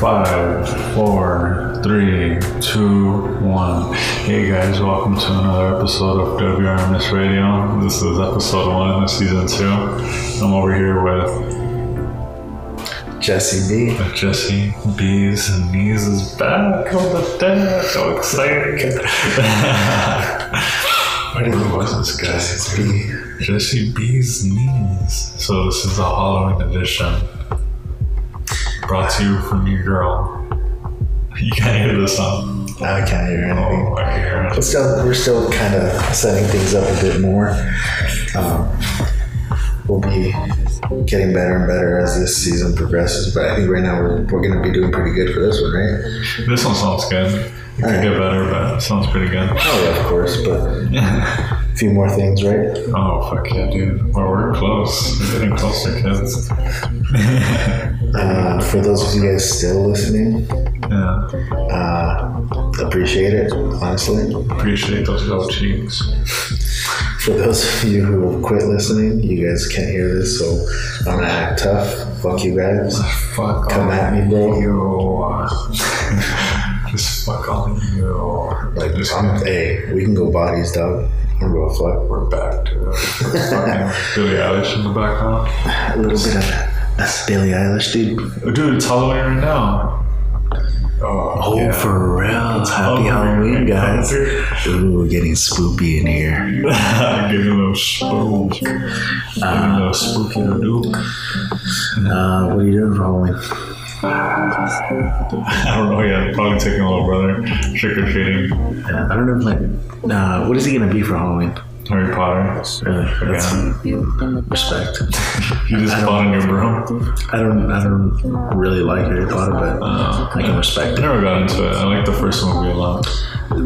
Five, four, three, two, one. Hey guys, welcome to another episode of WRMS Radio. This is episode one of season two. I'm over here with Jesse B. Jesse Bees and Knees is back on the deck. So excited. Where did he was this guy? Jesse B. Jesse B's knees. So this is a Halloween edition. Brought to you from your girl. You can't hear the song. I can't hear anything. Oh, I can hear But it. still, we're still kind of setting things up a bit more. Um, we'll be getting better and better as this season progresses. But I think right now we're, we're going to be doing pretty good for this one, right? This one sounds good. It could get better, but it sounds pretty good. Oh yeah, of course. But a few more things, right? Oh fuck yeah, dude. Well, we're close. We're getting closer, kids. Uh, for those of you guys still listening, yeah. uh, appreciate it honestly. Appreciate those little cheeks. For those of you who have quit listening, you guys can't hear this, so I'm gonna act tough. Fuck you guys. Fuck Come all at me, bro. you. Just fuck all of you. Like, Just I'm, hey, we can go bodies, dog. I'm real fuck. We're back to fucking Billie Eilish in the background. A little bit of that. That's Billie Eilish, dude. Oh, Dude, it's Halloween right now. Oh, yeah. for real. Halloween, right, guys. Ooh, we're getting spooky in here. Getting a little spook. Getting a little spooky to do. Uh, what are you doing for Halloween? I don't know yet. Probably taking a little brother trick or treating. Uh, I don't know, if like, uh, what is he gonna be for Halloween? Harry Potter. Really? That's Yeah. respect. You just bought a new broom. I don't, I don't really like Harry Potter, but Uh, I can respect I it. never got into it. I like the first movie a lot.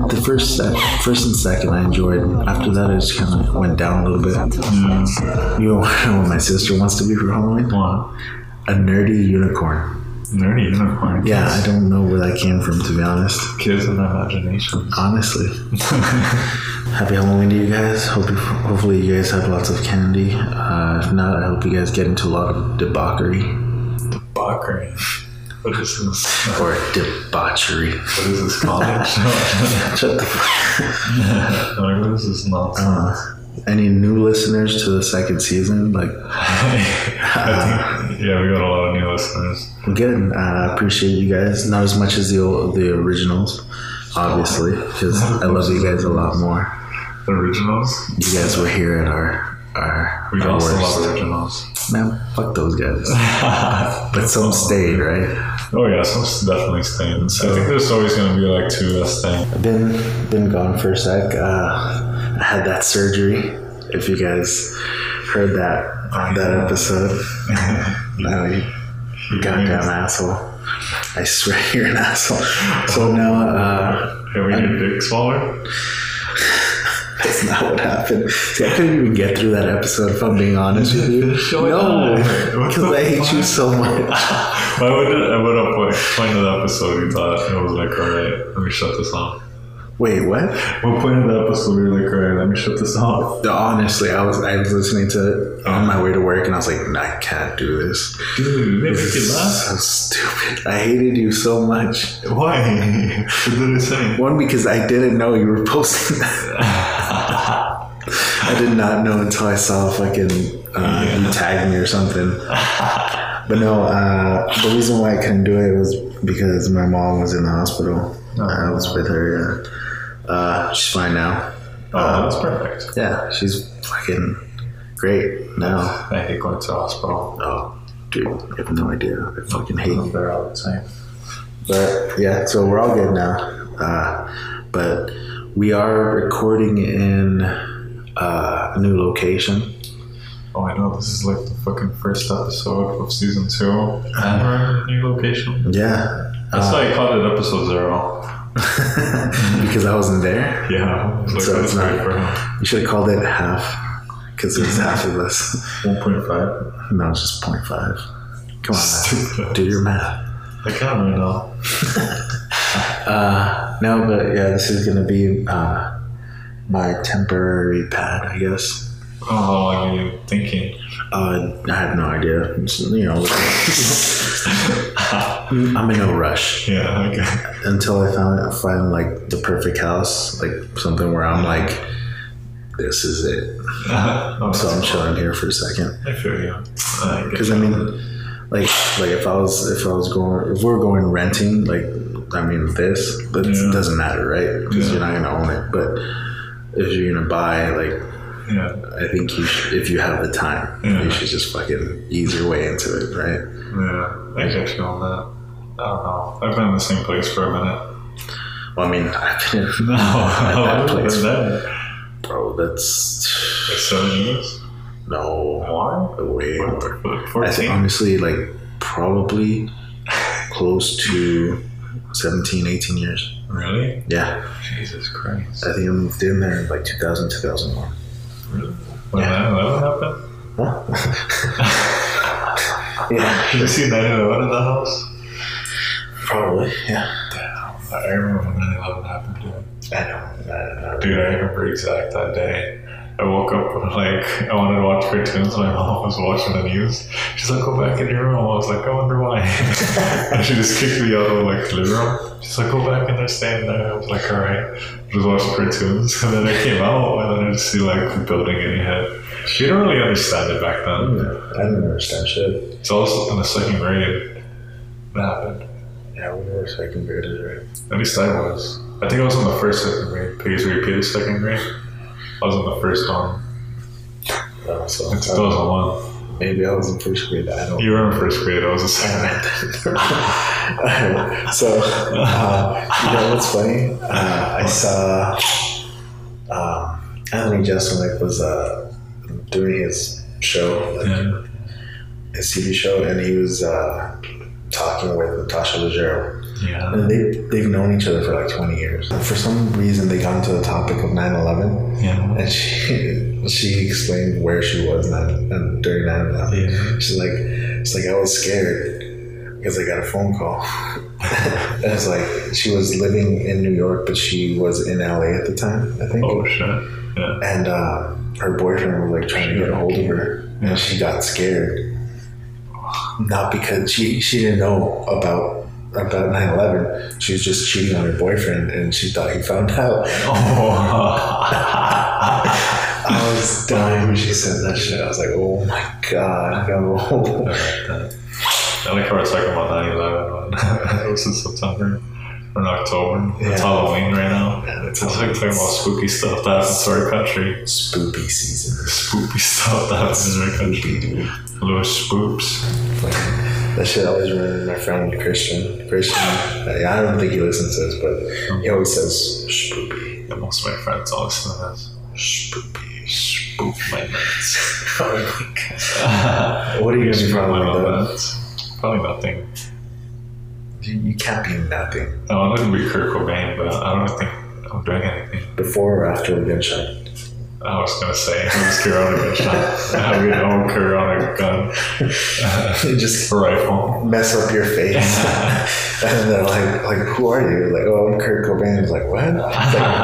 The first, sec- first and second, I enjoyed. After that, it just kind of went down a little bit. Yeah. You know what my sister wants to be for Halloween? What? A nerdy unicorn. Nerdy unicorn. Yeah, I don't know where that came from, to be honest. Kids and imagination. Honestly. Happy Halloween to you guys. Hope you, hopefully you guys have lots of candy. Uh, if not, I hope you guys get into a lot of debauchery Debauchery. What is this? or debauchery. What is this college? Shut the f- Like, this is nonsense. uh, Any new listeners to the second season? Like, I think, yeah, we got a lot of new listeners. good. uh, I appreciate you guys. Not as much as the old, the originals, obviously, because I love you guys a lot more. The originals? You guys were here at our our, We our lost a worst. lot of originals. Man, fuck those guys. but some stayed, right? Oh, yeah, some's definitely staying. I think there's always going to be like two that stay. I've been been gone for a sec. Uh, I had that surgery. If you guys heard that on that episode, now you goddamn asshole. I swear you're an asshole. So now, uh, Can we get dick smaller? that's not what happened. See, I couldn't even get through that episode if I'm being honest with you. No, What because the I hate you so much. Why would it, I would have point, point of the episode you thought it was like, all right, let me shut this off? Wait, what? What point of the episode we were like, all right, let me shut this off? Honestly, I was I was listening to it on my way to work, and I was like, "Nah, I can't do this. Dude, maybe we This can is laugh. so stupid. I hated you so much. Why? What did I say? One because I didn't know you were posting that. I did not know until I saw fucking uh, you tagged me or something. But no, uh, the reason why I couldn't do it was because my mom was in the hospital. I was with her. Yeah. Uh, she's fine now. Oh, that's perfect. Yeah, she's fucking great now. I hate going to the hospital. Oh, dude, I have no idea. I fucking hate I'm you. there all the time. But yeah, so we're all good now. Uh, but we are recording in uh, a new location. Oh, I know. This is like the fucking first episode of season two, and we're in a Uh-huh. new location. Yeah, That's why I called it episode zero. because I wasn't there. Yeah, it's like So that's it's not- great for him. You should have called it half, because there's half of us. One point five. No, it's just 0.5. Come on, man. Stupid. do your math. I can't right now. Uh, no, but yeah, this is gonna be uh, my temporary pad, I guess. How long are you thinking? Uh, I have no idea. It's, you know, I'm in no rush Yeah, okay. until I find I find like the perfect house, like something where I'm like, this is it. Oh, So I'm chilling here for a second I feel you. I get because I mean, like like if I was if I was going if we're going renting like I mean this that Yeah. doesn't matter right because you're not gonna own it but if you're gonna buy like you. Yeah, I think you should, if you have the time, Yeah. you should just fucking ease your way into it, right? yeah. I get you on that. I don't know. I've been in the same place for a minute. Well, I mean, I've been, No, that I've place. been there. bro, that's Like seven years? no Why? way. more. I 14? think honestly, like probably close to 17, 18 years. Really? Yeah, Jesus Christ. I think I moved in there in like 2000, 2001. Really? When that, that happened? yeah, Did you see 9 11 in the house? probably. Yeah, I remember when 9 11 happened, dude. I know. I, I, Dude, I remember exact that day. I woke up and like I wanted to watch cartoons. My mom was watching the news. She's like, "Go back in your room." I was like, "I wonder why." and she just kicked me out of like the living room. She's like, "Go back in there, stand there." I was like, "All right." Just watching cartoons, and then I came out, and then I just see like the building in your head. She didn't really understand it back then. I didn't understand shit. It's also in the second grade that happened. Yeah, we were second graders, right? At least I was. I think I was in the first second grade. Please repeat the second grade. I was in the first one. No, so It's 2001. maybe I was in first grade. I don't. You were in first grade. I was a second. Alright, so uh, you know what's funny? Uh, I saw um, Anthony Jeselnik was uh, doing his show, like, Yeah. his TV show, and he was uh, talking with Natasha Leggero. Yeah. And they they've known each other for like 20 years. For some reason, they got into the topic of 9/11, Yeah. and she she explained where she was 9, and during 9/11. Yeah. She's like, it's like I was scared because I got a phone call. and it's like she was living in New York, but she was in LA at the time, I think. Oh shit. Yeah. And uh, her boyfriend was like trying to get a hold of her, Yeah. and she got scared. Not because she she didn't know about about 9-11 she was just cheating on her boyfriend and she thought he found out Oh. i was dying when she said that shit i was like oh my god no I like that. I like how we're talking about 9 11 when it was in September or in October. Yeah. It's Halloween right now. Yeah, It's it's like talking about spooky stuff that happens to our country. spoopy season Spooky stuff that happens in our country. Little spoops. That shit always reminded my friend Christian. Christian, I I don't think he listens to this, but he always says spoopy, And most of my friends all listen to this. spoopy. Spook my nuts. Oh What are you Probably gonna probably not though? that. Probably nothing. You, you can't be nothing I wanted to be Kurt Cobain, but I don't think I'm doing anything. before or after a gunshot. I was gonna say I was carrying a gunshot. we don't carry on a gun, You just a rifle. mess up your face, and they're like, like, who are you? Like, oh, I'm Kurt Cobain. He's like, what? It's like,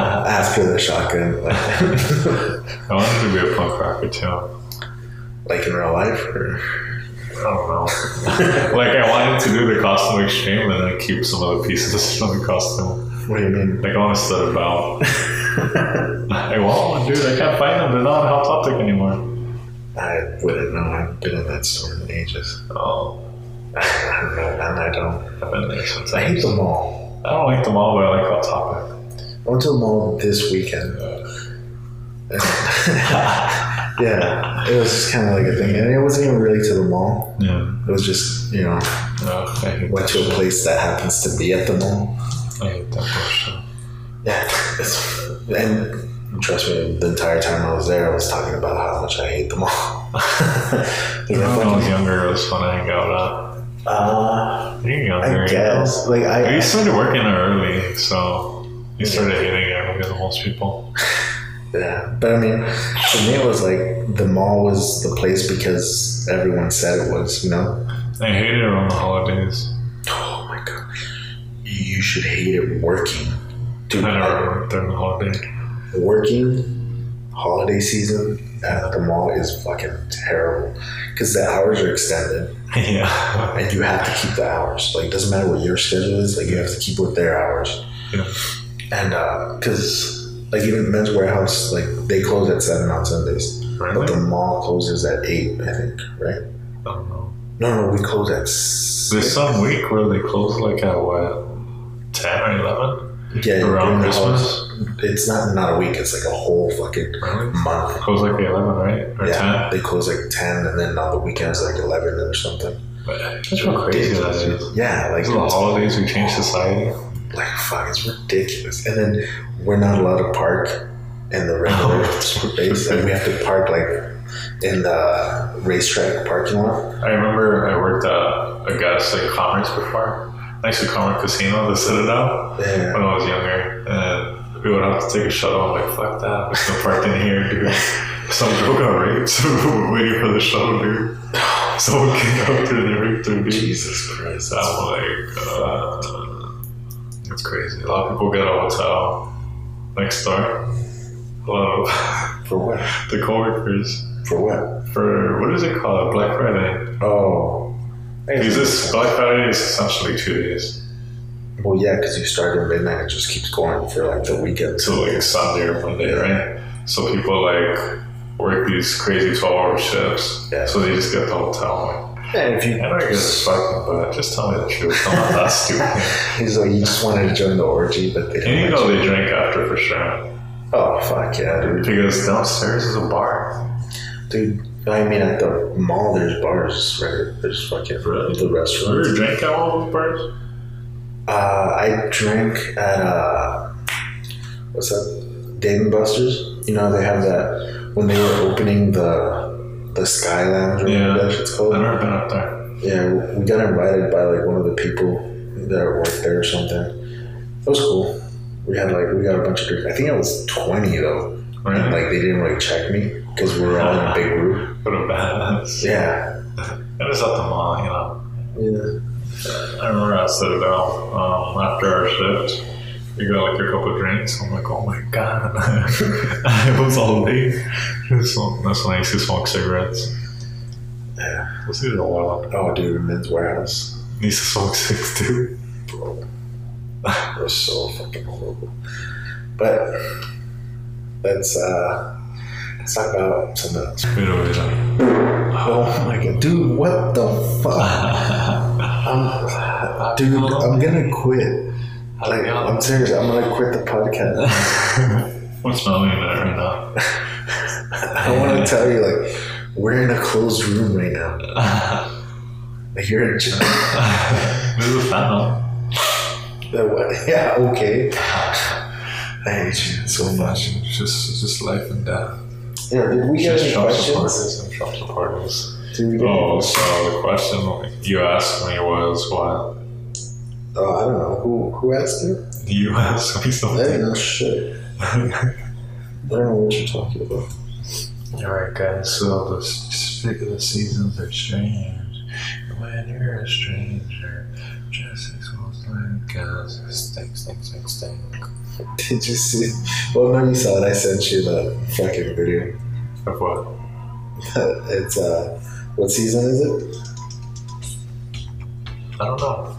after the shotgun, like, I wanted to be a punk rocker too. I like in real life, or don't know. like I wanted to do the costume extreme and then keep some other pieces of the costume. what do you mean? Like I want to set it out. I want one, dude. I can't find them. They're not on Hot Topic anymore. I wouldn't know. I've been in that store in ages. Oh, I don't know, man. I don't. I've been there sometimes. I hate the mall. I don't like them all, but I like Hot Topic. I went to the mall this weekend. yeah, it was just kind of like a thing, and it wasn't even really to the mall. Yeah. It was just you know Ugh, I hate went that. to a place that happens to be at the mall. I hate that bullshit. Yeah, it's, and trust me, the entire time I was there, I was talking about how much I hate the mall. you know, When I was fucking- younger, it was fun to hang out at. uh, You're younger. I you guess like know? I, You I started working early, so you started hating it because of most people. Yeah, but I mean, for me, it was like the mall was the place because everyone said it was. You know. I hated it on the holidays. Oh my god, you should hate it working, dude. I never I- worked during the holiday. working holiday season at the mall is fucking terrible because the hours are extended yeah. and you have to keep the hours. Like, it doesn't matter what your schedule is, like, you have to keep with their hours. Yeah. And because, like, even Men's Warehouse, like, they close at 7 on Sundays, but the Really? mall closes at 8, I think, right? I don't know. No, no, we close at 6. There's some week where they close like at what, ten or eleven yeah, during around the Christmas. holiday- It's not not a week, it's like a whole fucking Really? month. Close like the eleven, right? Or Yeah, ten? they close like 10 and then on the weekends, like 11 or something. That's how crazy that is. Yeah, like, These are the holidays we change society. like fuck, it's ridiculous. And then we're not allowed to park in the regular space, and we have to park like in the racetrack parking lot. I remember I worked at Augusta Commerce before, next to Commerce Casino, the Citadel, Yeah. when I was younger. And we would have to take a shuttle. I'm like, fuck that. There's no parking here, dude. Some girl got raped. So we were waiting for the shuttle, dude. Someone came up to and raped her, dude. Jesus Christ. So I'm like, uh, it's crazy. A lot of people get a hotel next door. A lot of For what? the coworkers For what? for what is it called? Black Friday. Oh. Because this Black Friday is essentially two days. Well, yeah, because you start at midnight, it just keeps going for like the weekend. So like Sunday or Monday, right? So people like work these crazy twelve hour shifts. Yeah. So they just get the hotel. And if I you, don't get this fucking but just tell me the truth. I'm not that stupid. he's like, you just wanted to join the orgy, but And they you didn't. let know you. they drink after for sure. Oh fuck yeah, dude! Because downstairs is a bar. Dude, I mean, at the mall, there's bars, right? There's fucking Really? the Do you restaurants. ever drink at one of those bars? Uh, I drank at uh, what's that? Dave and Buster's. You know they have that when they were opening the the Sky Lounge or Yeah. whatever that shit's I've called. never been up there. Yeah, we got invited by like one of the people that worked there or something. It was cool. We had like we got a bunch of drinks. I think I was twenty though, and Right? like they didn't really check me because we were all in a big group. What a badass. Yeah. It was at the mall, you know. Yeah. I remember I said it out um, after our shift. We got like a couple of drinks. I'm like, oh my god, I was all late. So that's when I used to smoke cigarettes. Yeah. Let's see the oil. Oh, dude, men's warehouse. I used to smoke six too. bro. It was so fucking horrible. But let's uh let's talk about something else. Wait, wait, wait. Oh my god, dude, what the fuck? I'm, dude, I'm gonna quit. Like, I'm serious. I'm gonna quit the podcast. What's smelling in it right now? I want to tell you, like, we're in a closed room right now. Like, you're in jail. This is a fan huh? That what? Yeah, okay. I hate you so much. It's just, it's just life and death. Yeah, did we get Just any Trump questions? supporters and Trump supporters. Did we get any- Oh, so the question you asked me was what? Oh, I don't know. Who who asked you? You asked me I something. don't know shit. I don't know what you're talking about. Alright guys, so the speak of the seasons are strange. And When you're a stranger, just smells like gas. Stink, stink, stink, stink. Did you see? Well, no, you saw it. I sent you the fucking video. Of what? it's uh, what season is it? I don't know.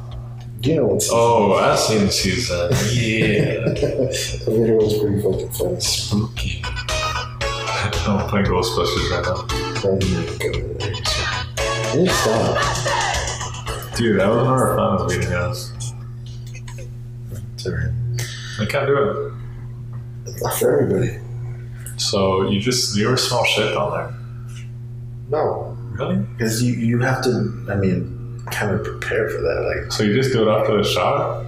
Do you know what season? Oh, I seen the season. Yeah. the video was pretty fucking funny. Spooky. I don't play Ghostbusters right now. Oh my god. You need to stop. Dude, I was never a fan of beating ass. Sorry. I can't do It's not for everybody. it. So you just you ever smell shit down there? No, Really? because you you have to. I mean, kind of prepare for that. So you just do it after the shower? Like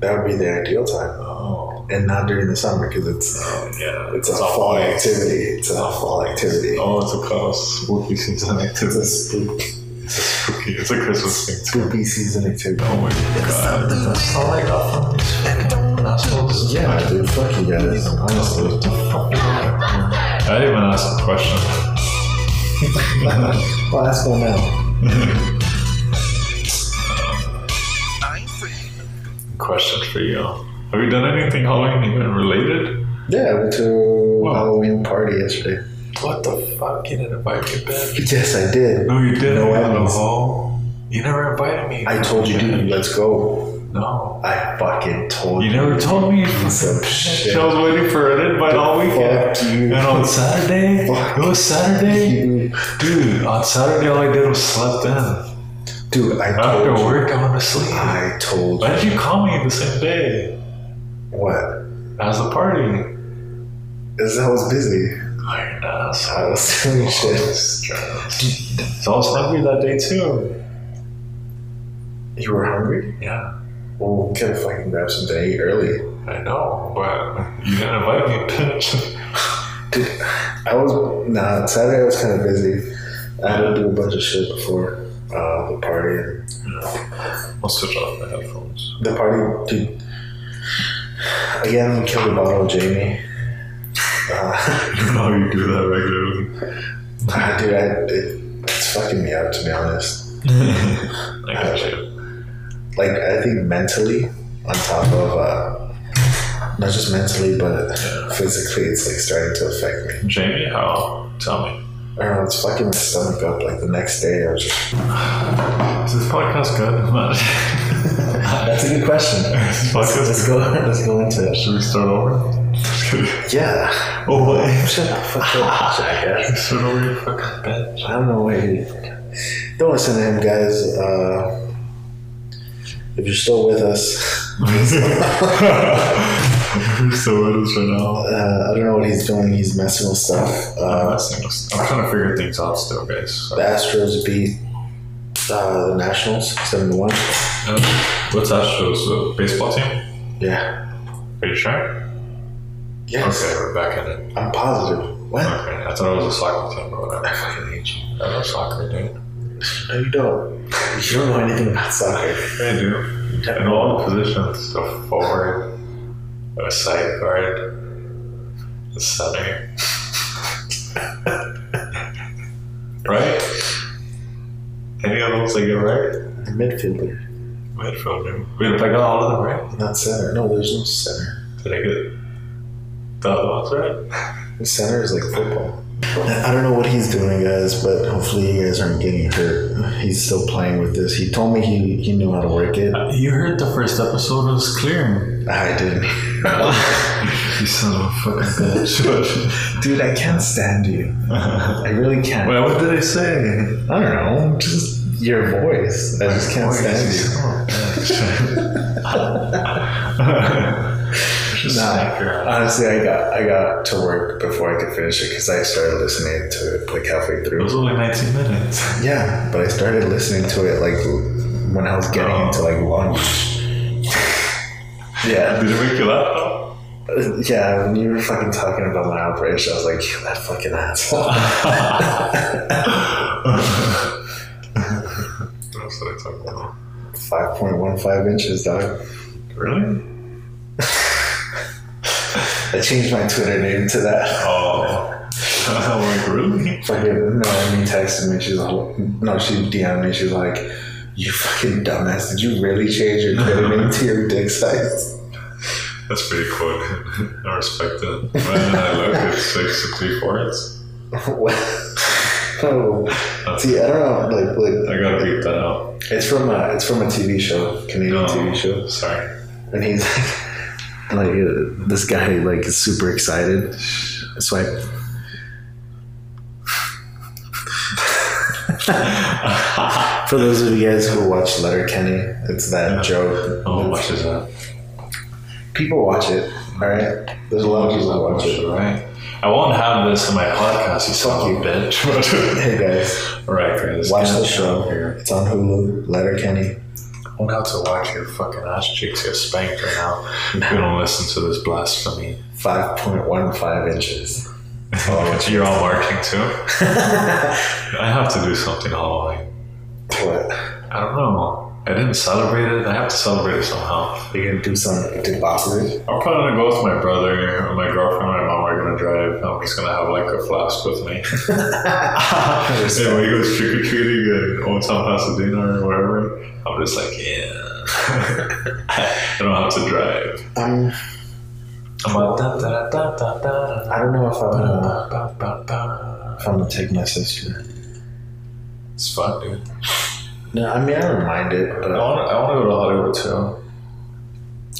that would be the ideal time, Oh. and not during the summer because it's Oh yeah. it's a fall activity. It's a fall activity. Oh, it's a kind of spooky season It's a activity. spook, It's a spooky. It's a Christmas thing too. spooky season activity. Oh my god. That's all I got from these assholes. Yeah, dude, fuck you guys. Honestly, I didn't even ask a question. well, that's one now. Question for you. Have you done anything Halloween even related? Yeah, I went to Wow. a Halloween party yesterday. What the fuck? You didn't invite me back. Yes, I did. No, you didn't. No I don't evidence. know. You never invited me. I told you, dude, let's go. No. I fucking told You you. never told me. Piece of shit. I was waiting for an invite all weekend. Fuck you. And on Saturday, Fuck. it was Saturday, You- dude. On Saturday, all I did was slept in. Dude, I After told you. work, I went to sleep. I told Why you. did you call me the same day? What? How's the party? Is I was busy. Iron I asshole. was doing shit. So I was hungry that day too. You were hungry? Yeah, Well, we could have fucking grabbed something to eat early. I know, but you didn't invite me, bitch. Dude, I was. Nah, Saturday I was kind of busy. I had to do a bunch of shit before uh, the party. I'll switch off my headphones. The party, dude. Again, killed a bottle of Jamie. Uh, You know you do that regularly. dude, I, it, it's fucking me up to be honest. I got you. Like, I think mentally, on top of, uh, not just mentally, but physically, it's like starting to affect me. Jamie, how? Tell me. I don't know, it's fucking my stomach up. Like, the next day, I was just. Is this podcast good? Man? That's a good question. This podcast let's is go, let's go into it. Should we start over? Just kidding. Yeah. Oh, what? Shut the fuck up, jackass. Start over, you fucking bitch. I don't know where he. Don't listen to him, guys. Uh, if you're still with us, We're so with us right now. uh, I don't know what he's doing. He's messing with stuff. Uh, I'm trying to figure things out still, guys. So- the Astros beat uh, the Nationals seven to one. Um, what's that show? So baseball team? Yeah. Are you sure? Yes. Okay, we're back in it. I'm positive. What? Okay, I thought it was a soccer team or whatever. I fucking hate you. I love soccer, dude. No, you don't. You don't know anything about soccer. I do. In all the positions, the forward, the side guard, the center. right? Any of those I get right? The midfielder, Midfielder. Wait, if I got all of them right, not center. No, there's no center. did I get the other ones right? The center is like football. I don't know what he's doing, guys, but hopefully you guys aren't getting hurt. He's still playing with this. He told me he, he knew how to work it. You heard the first episode was clearing. I didn't. you son of a fucking bitch. Dude, I can't stand you. I really can't. Well, what did I say? I don't know. Just your voice. I just can't stand you. Just smack your Nah, ass. honestly, I got I got to work before I could finish it because I started listening to it like halfway It was through. only 19 minutes. Yeah, but I started listening to it like when I was getting Oh. into like lunch. yeah, Did it make you laugh though? yeah. When you were fucking talking about my operation, I was like, that fucking asshole. What else did I talk about? Five point one five inches, dog. Really? I changed my Twitter name to that. Oh. I'm like, really? Fucking no, I mean texted me. She's like, no, she DM'd me. She's like, you fucking dumbass. Did you really change your Twitter name to your dick size? That's pretty cool. I respect it. But then I look, it's six and three fourths. what? Oh, see, I don't know. Like, like I gotta beat that out. it's from a it's from a TV show, Canadian No. TV show, Sorry. and he's like, like uh, this guy like is super excited. Swipe. For those of you guys who watch Letterkenny, it's that joke. Oh, what is that? People watch it, all right. There's a lot of people that watch it. Right. I won't have this in my podcast, you son of a bitch. Hey guys, All right, guys. watch the get show. out Here. It's on Hulu. Letterkenny. I won't have to watch your fucking ass cheeks get spanked right now if you don't listen to this blasphemy. Five point one five inches. Oh, you're all marking too? I have to do something Halloween. What? I don't know. I didn't celebrate it. I have to celebrate it somehow. You're gonna do something to opposite? I'm probably gonna go with my brother, or my girlfriend, or my mom are gonna drive. I'm just gonna have like a flask with me. and when he goes trick or treating in Old Town Pasadena or wherever, I'm just like, yeah. I don't have to drive. Um, I don't know if I'm gonna, if I'm gonna take my sister. It's fun, dude. No, I mean I don't mind it, but I want, I want to go to Hollywood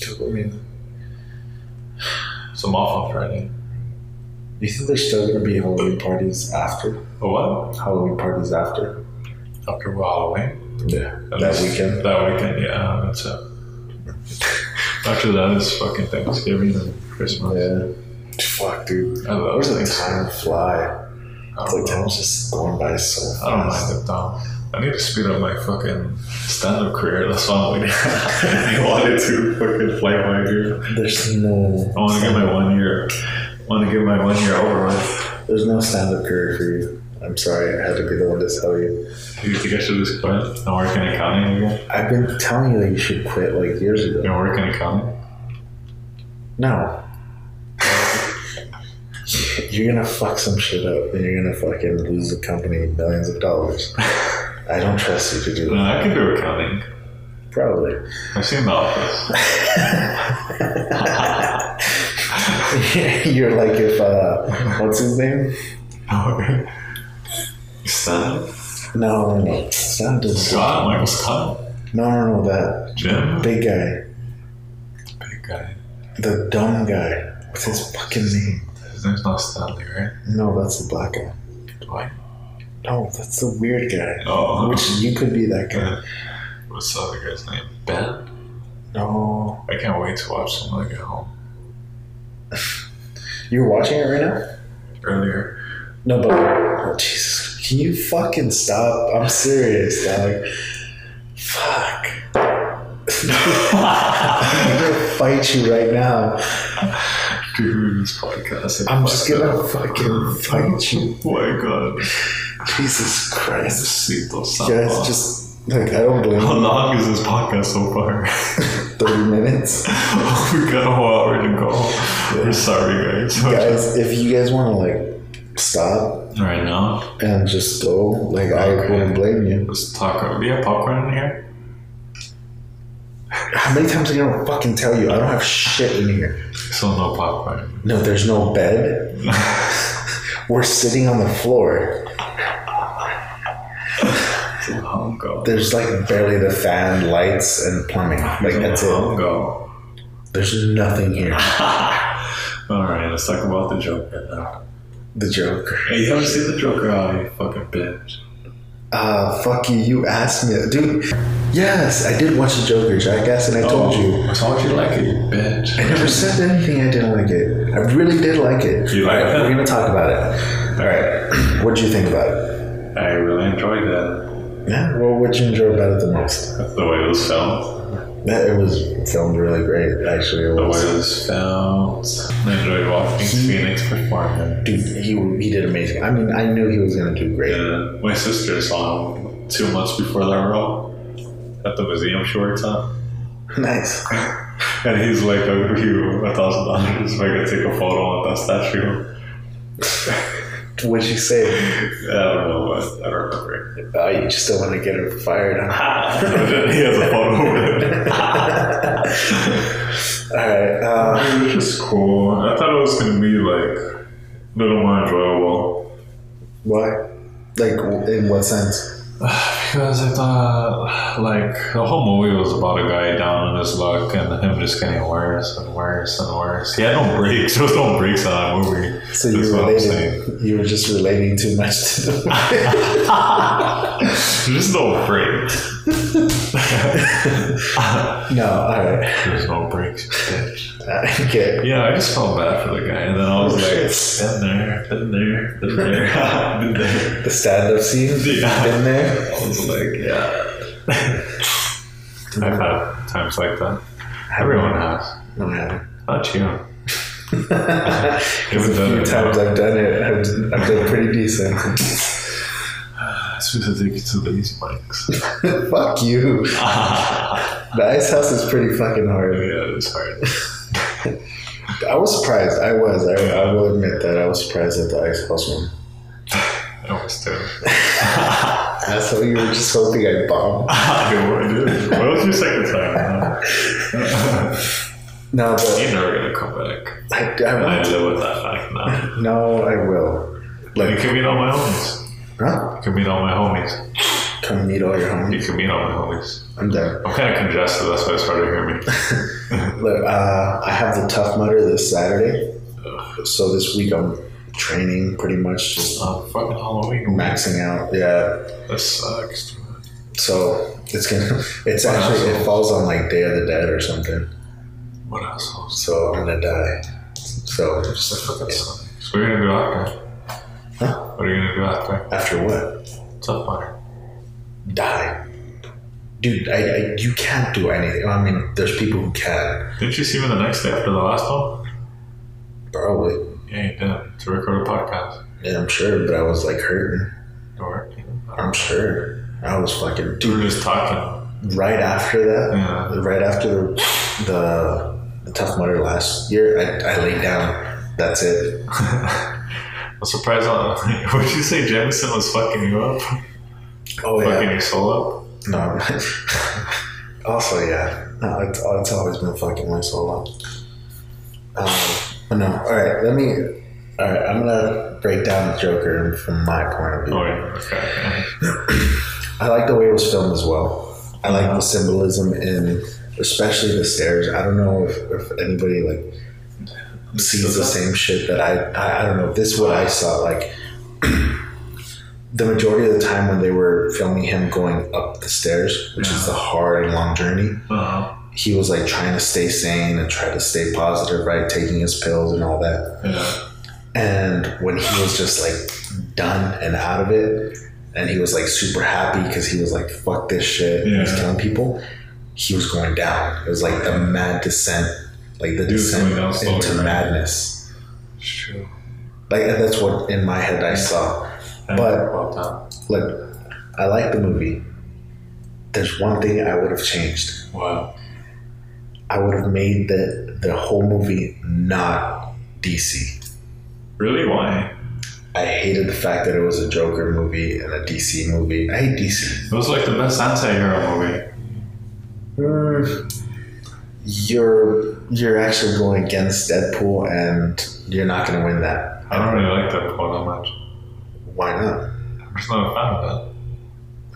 too. I mean, So I'm off on Friday. do you think there's still gonna be Halloween parties after A what? Halloween parties after? After Halloween. Yeah, that weekend. That weekend, yeah. That's it. After that is fucking Thanksgiving and Christmas. Yeah. Fuck, dude. I love Where's the Thanksgiving. time fly? I It's don't like know. time's just going by so fast. I don't mind it though. I need to speed up my fucking stand-up career. That's why I'm waiting. I wanted to fucking play my career. There's no. I want to get my one year. I want to get my one year over with. There's no stand-up career for you. I'm sorry, I had to be the one to tell you. Do you think I should just quit and work in accounting again? I've been telling you that you should quit like years ago. You work in accounting? No. you're gonna fuck some shit up, and you're gonna fucking lose the company millions of dollars. I don't trust you to do No, that. I can do accounting. Probably. I've seen The Office. you're like if uh, what's his name? Okay. Stand? No, no, no. Sam does. Scott? Michael Scott? No, no, no. That Jim? big guy, Big guy. the dumb guy. What's his fucking name? His name's not Stanley, right? No, that's the black guy. Dwight? No, that's the weird guy. Oh. Which you could be that guy. What's the other guy's name? Ben? No, I can't wait to watch him when I get home. you're watching it right now. Earlier. No, but oh, Jesus, can you fucking stop? I'm serious, dog. Fuck. I'm gonna fight you right now. Dude, this podcast. I'm just gonna fucking fight you. Oh my god. Jesus Christ. Necesito Guys, samba. just like I don't blame How you. long is this podcast so far? Thirty minutes, we got a whole hour to go. We're sorry, guys. guys. If you guys want to like stop Right now, and just go, like I wouldn't blame you. let's talk. Do you have popcorn in here? How many times am I gonna fucking tell you? I don't have shit in here. So no popcorn. No, there's no bed. We're sitting on the floor. Hongo. There's like barely the fan, lights, and plumbing. Like that's it. Hongo. There's nothing here. All right, let's talk about the Joker now. The Joker. Hey, you haven't seen the Joker? Oh, you fucking bitch. Uh, fuck you. You asked me, dude. Yes, I did watch the Joker, Jackass, and I told you. I told you like it, you I bitch. never said anything I didn't like it. I really did like it. You like We're it? gonna talk about it. All right. What did you think about it? I really enjoyed it. Yeah. Well, what did you enjoy about it the most? The way it was filmed. That it was filmed really great. Actually, it The way was. it was filmed. I enjoyed watching Phoenix perform. it. Dude, he he did amazing. I mean, I knew he was gonna do great. Yeah, my sister saw him two months before that role at the museum she works at. Nice. And he's like, I'll give you a thousand dollars if I could take a photo with that statue. What'd you say? I don't know what, I don't remember. Oh, you just don't want to get her fired. Huh? he has a photo with it. All right. Uh, It was just cool. I thought it was going to be like a little more enjoyable. why? Like, in what sense? Because I thought, like, the whole movie was about a guy down in his luck and him just getting worse and worse and worse. He had no breaks. There was no breaks on that movie. So you That's what I'm saying. related. You were just relating too much to the. There's no breaks. no. All right. There's no breaks, bitch. Okay. Yeah, I just felt bad for the guy, and then I Oh, was like, been there, been there, been there, been there. The stand-up scene. Yeah. Been there. I was like, yeah. I've had times like that. Everyone has. No, I haven't. Not you. Because Haven't a done few it. times I've done it, I've, I've done pretty decent. Specifically to these mics. Fuck you. The ice house is pretty fucking hard. Oh, Yeah, it's hard. I was surprised. I was. I, I will admit that I was surprised at the ice house one. I always do. That's how you were just hoping I bombed. I would. What was your second time? huh? No, but You're never gonna come back. I, And I I won't. live with that fact now. No, I will. You Like, can meet all my homies. huh? You can meet all my homies. Come meet all your You homies. can meet all my homies. I'm down. I'm kind of congested. That's why it's hard to hear me. Look, uh, I have the tough mutter this Saturday. So this week I'm training pretty much, just Oh, fucking Halloween. maxing out. Yeah. That sucks. So it's gonna. It's actually it falls on like Day of the Dead or something. What assholes? So I'm gonna die. So Just like fucking sucks. What are you gonna do after? Huh? What are you gonna do after? after what? Tough fire. Die. Dude, I, I you can't do anything. I mean, there's people who can. Didn't you see me the next day after the last one? Probably. Yeah, you did. To record a podcast. Yeah, I'm sure, but I was like hurting. You were. I'm sure. I was fucking We dude. were just talking. Right after that, Yeah. right after the, the the tough mudder last year, I, I laid down. That's it. I'm surprised on Would you say Jameson was fucking you up? Oh yeah. Fucking your soul up? No. I'm- also, yeah. No, it's, it's always been fucking my solo. Um, but no. All right. Let me. All right. I'm gonna break down the Joker from my point of view. Oh, yeah. Okay. I like the way it was filmed as well. I like the symbolism in, especially the stairs. I don't know if, if anybody like sees the same shit that I, I. I don't know. This is what I saw. Like the majority of the time when they were filming him going up the stairs, which is the hard and long journey Uh-huh. he was like trying to stay sane and try to stay positive, right? Taking his pills and all that. Yeah. And when he was just like done and out of it, and he was like super happy because he was like, fuck this shit, Yeah. he's killing people, he was going down. It was like the mad descent, like the was descent going down slowly, into right? madness. It's true. Like, and that's what in my head I saw. And But- well done. Look, I like the movie. There's one thing I would have changed. Wow. I would have made the the whole movie not DC. Really? Why? I hated the fact that it was a Joker movie and a DC movie. I hate DC. It was like the best anti-hero movie. Mm. You're you're actually going against Deadpool, and you're not going to win that. I don't really like that one that much. Why not? I'm just not a fan of it.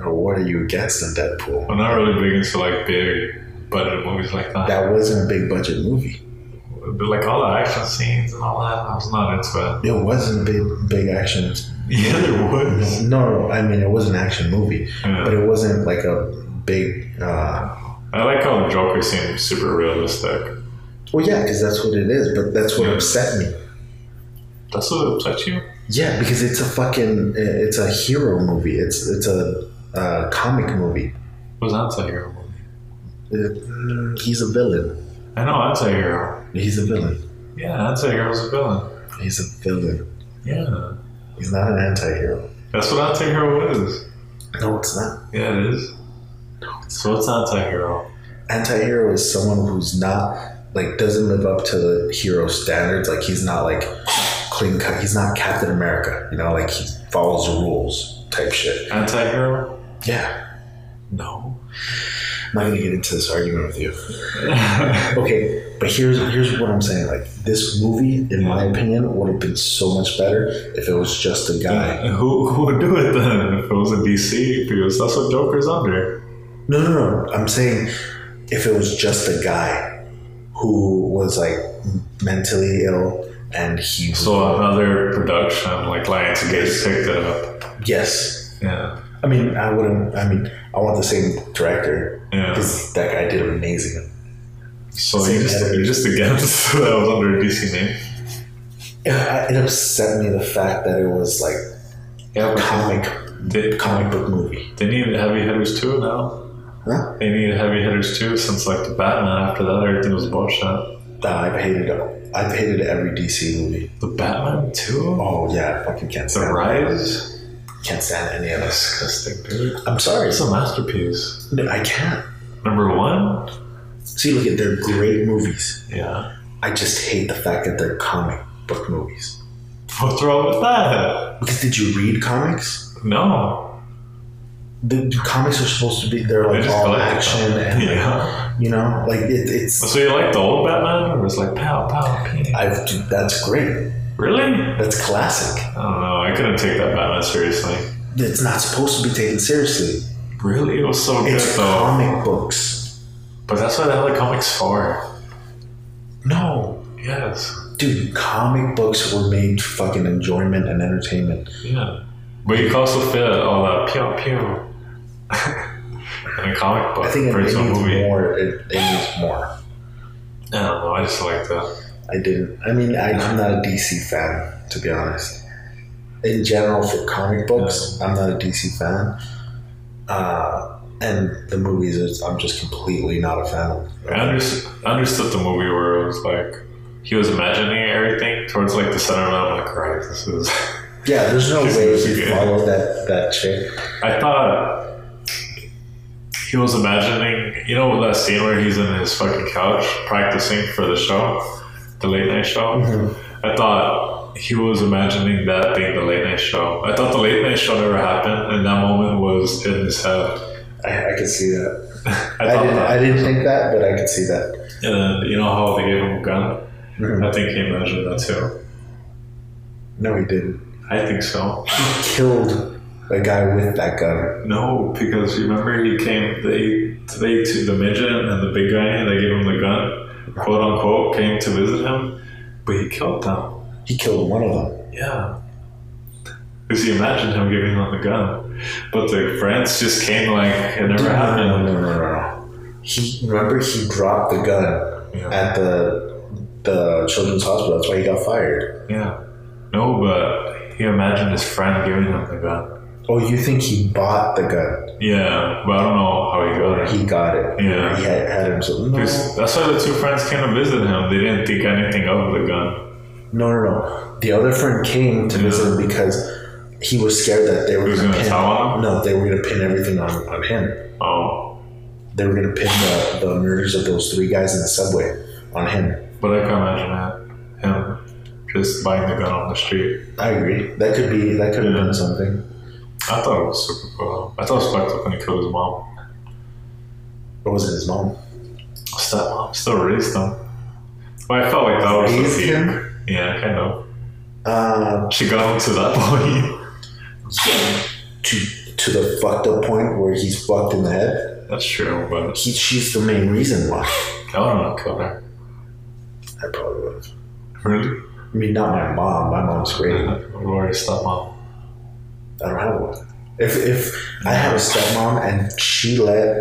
Or what are you against in Deadpool? I'm not really big into like big budget movies like that. That wasn't a big budget movie. But like all the action scenes and all that, I was not into It wasn't a big big action. it. Yeah, there was. No, no, I mean it was an action movie, Yeah. but it wasn't like a big. Uh, I like how the Joker seemed super realistic. well, yeah, because that's what it is. But that's what Yeah. upset me. That's what upset you? Yeah, because it's a fucking it's a hero movie. It's it's a uh, comic movie. It was anti-hero movie. It- he's a villain. I know anti-hero. He's a villain. Yeah, anti-hero's a villain. He's a villain. Yeah. He's not an anti-hero. That's what anti-hero is. No, it's not. Yeah, it is. So it's anti-hero. Anti-hero is someone who's not like doesn't live up to the hero standards. Like he's not like clean cut. He's not Captain America. You know, like he follows the rules type shit. Anti-hero? Yeah, No. I'm not gonna get into this argument with you. Okay, but here's here's what I'm saying. Like this movie, in my opinion, would have been so much better if it was just a guy. who, who would do it then if it was in DC? Because that's what Joker's under. No, no, no. I'm saying if it was just a guy who was like mentally ill and he was So uh-huh. another production like Lionsgate picked it up. yes. Yeah. I mean, I wouldn't. I mean, I want the same director Yeah. because that guy did amazing. So you're just, you're just against that was under a DC name. Yeah, It upset me the fact that it was like Yeah, a comic Did, comic book movie. they need heavy hitters too now. Huh? They need heavy hitters too since like the Batman after that everything was bullshit. Nah, I've hated. I've hated every DC movie. The Batman too? Oh yeah, I fucking can't The stand. Rise? Can't stand any of this. Disgusting, dude. I'm sorry. It's a masterpiece. No, I can't. Number one? See, look at they're great movies. Yeah. I just hate the fact that they're comic book movies. What's wrong with that? Because did you read comics? No. the comics are supposed to be they're like just all collect it. action and like, Yeah. you know like it, it's So you like the old Batman, or it's like pow pow? Pew. I've dude, that's great Really? that's classic I don't know. I couldn't take that Batman seriously. it's not supposed to be taken seriously Really, it was so good it's though. comic books But that's what the hell the comics for. no Yes. dude comic books were made for fucking enjoyment and entertainment Yeah. But you can also fit all that pew pew in a comic book I think it for its needs own movie. more it, it needs more I don't know. I just like that. I didn't I mean I, I'm not a DC fan to be honest in general for comic books I'm not a DC fan uh, and the movies it's- I'm just completely not a fan of I understood, understood the movie where it was like he was imagining everything towards like the center, and I'm like, right, this is. yeah there's no This way is he good. followed that that chick I thought he was imagining, you know, that scene where he's in his fucking couch practicing for the show, the late night show. Mm-hmm. I thought he was imagining that being the late night show. I thought the late night show never happened, and that moment was in his head. I, I could see that I I thought didn't I that. didn't think that but I could see that And then, you know how they gave him a gun? Mhm. I think he imagined that too. no he didn't I think so. he killed a guy with that gun No, because remember he came they they to the midget and the big guy they gave him the gun, quote unquote, came to visit him, but he killed them. he killed one of them Yeah. Because he imagined him giving them the gun. But the friends just came like it never no happened. no no no, no. he remember he dropped the gun Yeah. at the the children's hospital. That's why he got fired. yeah. No, but he imagined his friend giving him the gun. Oh, you think he bought the gun? Yeah, but I don't know how he got it. He got it. Yeah. He had, had himself. No, 'Cause That's why the two friends came to visit him. They didn't think anything of the gun. no, no, no. The other friend came to visit him because he was scared that they He were was going gonna to pin. tell on him? No, they were going to pin everything on, on him. Oh. They were going to pin the, the murders of those three guys in the subway on him. But I can imagine that him just buying the gun on the street. I agree. That could be. That could have Yeah. been something. I thought it was super cool. I thought it was fucked up when he killed his mom. Or was it his mom? Stepmom still raised him. But I felt like that was Raised the peak. him? Yeah, kind of. Uh, She got him to that point. to to the fucked up point where he's fucked in the head. That's true, but He, she's the main reason why. I wouldn't have killed her. I probably would have. Really? I mean, not my mom. My mom's great. I Rory stepmom. don't have one. If, if I had a stepmom and she let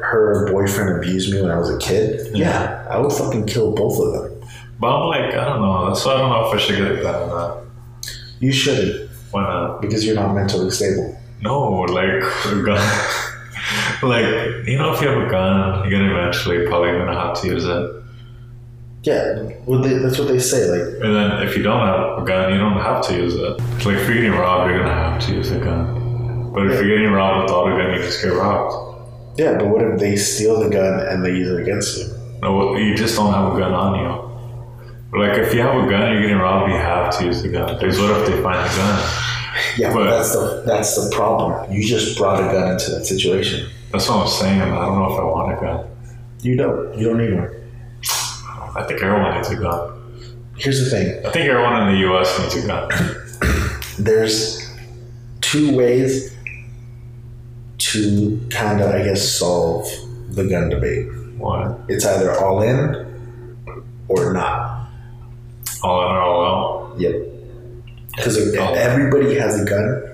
her boyfriend abuse me when I was a kid, yeah, I would fucking kill both of them. But I'm like, I don't know. That's why I don't know if I should get it done or not. You shouldn't Why not? because you're not mentally stable. No, like a gun. like, you know if you have a gun, you're gonna eventually probably gonna have to use it. Yeah, well, they, that's what they say. Like, And then if you don't have a gun, you don't have to use it. It's like if you're getting robbed, you're gonna have to use a gun. But if you're getting robbed without a gun, you just get robbed. yeah, but what if they steal the gun and they use it against you? No, you just don't have a gun on you. But like if you have a gun, you're getting robbed, you have to use the gun. Because what if they find a gun? Yeah, but But- that's the that's the problem. You just brought a gun into that situation. That's what I'm saying. I don't know if I want a gun. You don't. You don't need one. I think everyone needs a gun. Here's the thing. I think everyone in the U.S. needs a gun. there's two ways to kind of, I guess, solve the gun debate. One, It's either all in or not. all in or all out. Yep. Because if if everybody has a gun,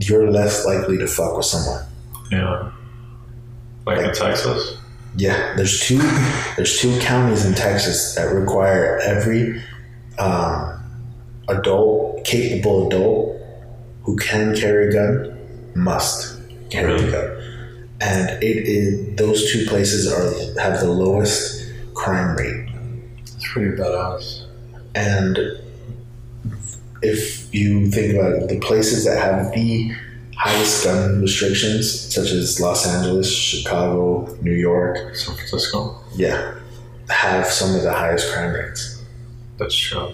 you're less likely to fuck with someone. Yeah. Like in Texas. Yeah, there's two there's two counties in Texas that require every um, adult, capable adult who can carry a gun, must carry a gun, and it is those two places are have the lowest crime rate. It's pretty badass. And if you think about it, the places that have the highest gun restrictions, such as Los Angeles, Chicago, New York, San Francisco. yeah, have some of the highest crime rates. That's true.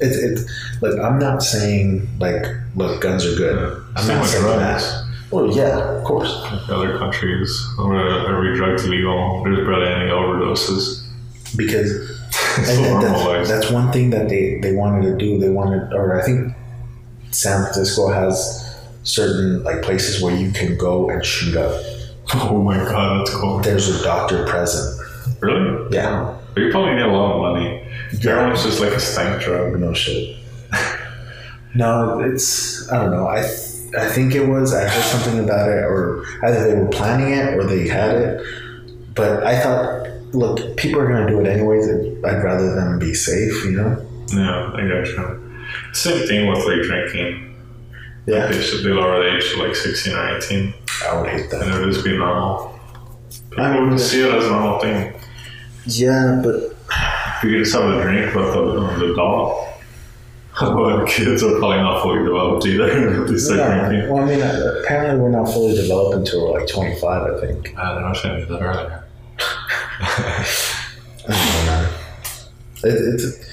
It's it, like I'm not saying like look guns are good. I'm Same not with saying drugs. that. Well, yeah, of course. Other countries where every drug's legal, there's barely any overdoses. Because It's and that- that's, normalized. that's one thing that they, they wanted to do. They wanted, or I think San Francisco has certain like places where you can go and shoot up. Oh my god, that's cool. There's a doctor present. Really? Yeah. You probably need a lot of money. Heroin's just like a stank drug. No shit. no, it's I don't know. I th- I think it was I heard something about it, or either they were planning it or they had it. But I thought, look, people are gonna do it anyways. I'd rather them be safe, you know. Yeah, I gotcha. Same thing with like drinking. Yeah, They should be lower the age to like 16 or 18 I would hate that. and it would just be normal. People I mean, would the- see it as a normal thing. Yeah, but You could just have a drink with the, the doll. But kids are probably not fully developed either. they start yeah. drinking. well, I mean, apparently we're not fully developed until we're like twenty five. I think. I don't know if I knew that earlier. I don't know. man. It, it's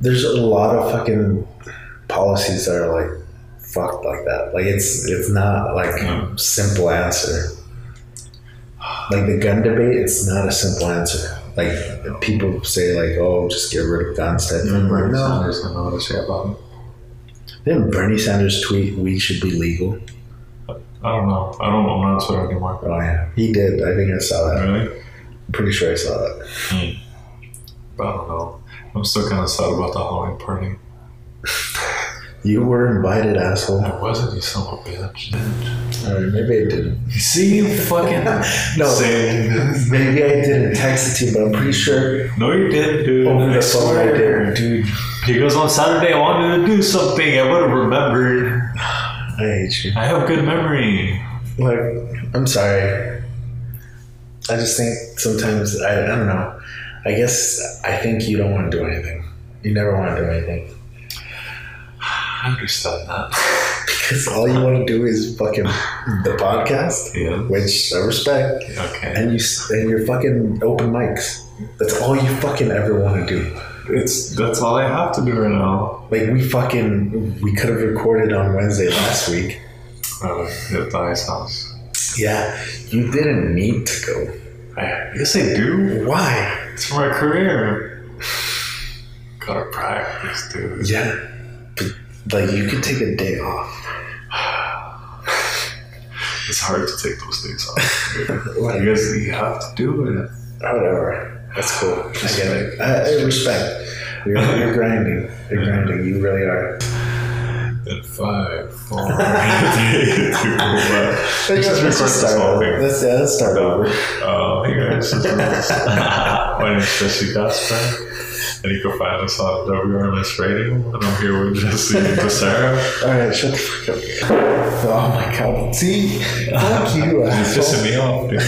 there's a lot of fucking policies that are like fucked like that. Like it's it's not like Yeah. a simple answer. Like the gun debate, it's not a simple answer. Like people say, like, oh, just get rid of guns. Type thing. Like, no. Sanders, I know what to say about him. Didn't Bernie Sanders tweet weed should be legal? I don't know. I don't know. I'm not on Twitter anymore. Oh yeah, he did. I think I saw that. Really? I'm pretty sure I saw that. But I Hmm. don't know. I'm still kind of sad about the Halloween party. You were invited, asshole. I wasn't, you son of a bitch. All right, maybe I didn't. You see, you fucking No. saying this. Maybe I didn't text it to you, but I'm pretty sure No, you didn't, dude. over the phone I swear. did, dude. Because on Saturday I wanted to do something. I would have remembered. I hate you. I have good memory. Like, I'm sorry. I just think sometimes I, I don't know. I guess I think you don't want to do anything. You never want to do anything I understand that. because all you want to do is fucking the podcast, Yeah. which I respect, Okay. and you s- and your fucking open mics. That's all you fucking ever want to do. It's that's all I have to do right now. Like we fucking we could have recorded on Wednesday last week. Uh, at the ice house. Yeah, you didn't need to go. I, yes, I do. Why? It's for my career. Gotta practice, dude. Yeah, but like you could take a day off. It's hard to take those things off. dude. Like, I guess you have to do it. Oh, whatever. That's cool. I get it. I, I respect. You're, you're grinding. You're grinding. You really are. In five, four, three, two, one. Let's just record this whole over. thing. Let's, yeah, let's start over. Oh, hey guys. My name is Jesse Gasper, and you can find us on WRMS Radio, and I'm here with Jesse and Sarah. All right, shut the fuck up. Oh my god. See, fuck you, It's pissing me asshole. off, dude.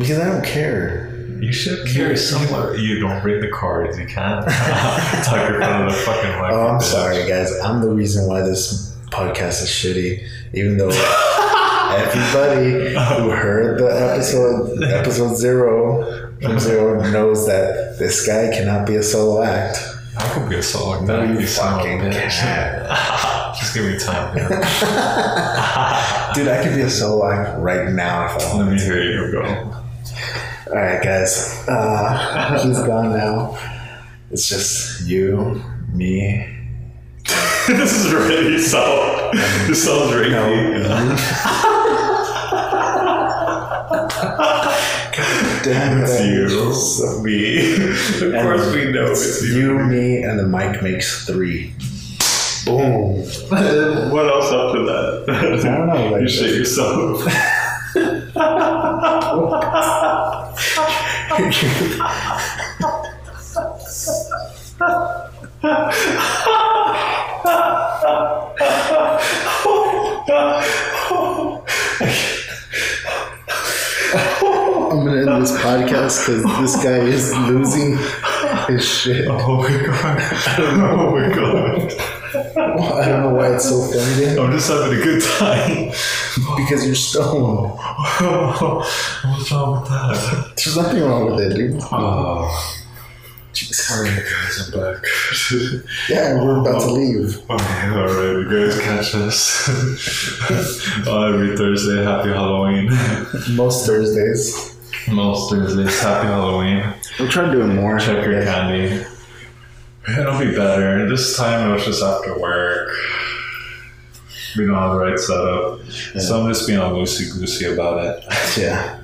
Because I don't care. You should carry somewhere. You don't bring the cards, you can't. Tuck in front of the fucking mic. Oh, I'm sorry, guys. I'm the reason why this podcast is shitty. Even though everybody who heard the episode, episode zero from zero, knows that this guy cannot be a solo act. I could be a song like No, that. you son of a fucking bitch. Just give me time here. Dude, I could be a solo act right now if I wanted. Let me hear you go. All right, guys. Uh, he's gone now. It's just you, me. this is really so. This sounds rapey. Damn It's it. you, me. of And course, we know It's it's you. you, me, and the mic makes three. Boom. what else after that? I don't know. you Like, shit yourself. I'm gonna end this podcast because this guy is losing his shit. Oh my god. Oh my god. I don't know why it's so funny. to him. I'm just having a good time. Because you're stoned. What's wrong with that? There's nothing wrong with it, dude. Oh. Jesus. Alright, guys, I'm back. Yeah, we're about to leave. okay, alright, you guys catch us on every Thursday. Happy Halloween. Most Thursdays. Most Thursdays, Happy Halloween. We'll try doing more. Check your candy. It'll be better. This time it was just after work. We don't have the right setup. So I'm just being loosey goosey about it. Yeah.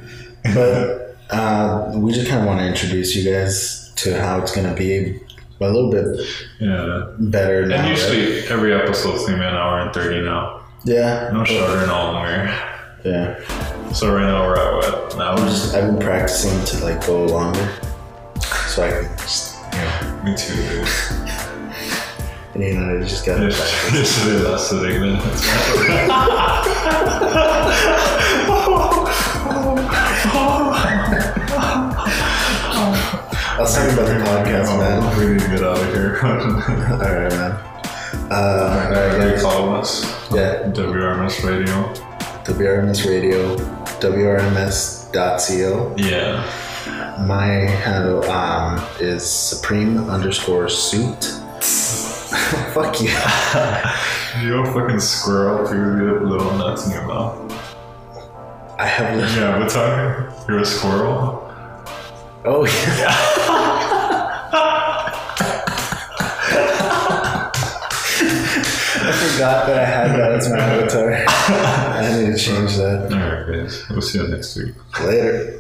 But uh, we just kind of want to introduce you guys to how it's going to be a little bit Yeah. better now. And right? usually every episode's gonna be an hour and thirty now. Yeah. No shorter, no longer. Yeah. So right now we're at what? Now I'm just, I've been practicing to like go longer. So I can just, yeah, me too. Dude. you know, I just got to Yes, yesterday lasted eight minutes. I was talking about the podcast, man. We need to get out of here. All right, man. Uh, all right, Everybody guys. follow us. Yeah. WRMS Radio. WRMS Radio, WRMS.co. Yeah. My handle um, is supreme underscore suit. Fuck you. You're a fucking squirrel if you get little nuts in your mouth. I have. li- Yeah, what's up? You're a squirrel? Oh, yeah. I forgot that I had that as my avatar. I need to change that. Alright, guys. We'll see you next week. Later.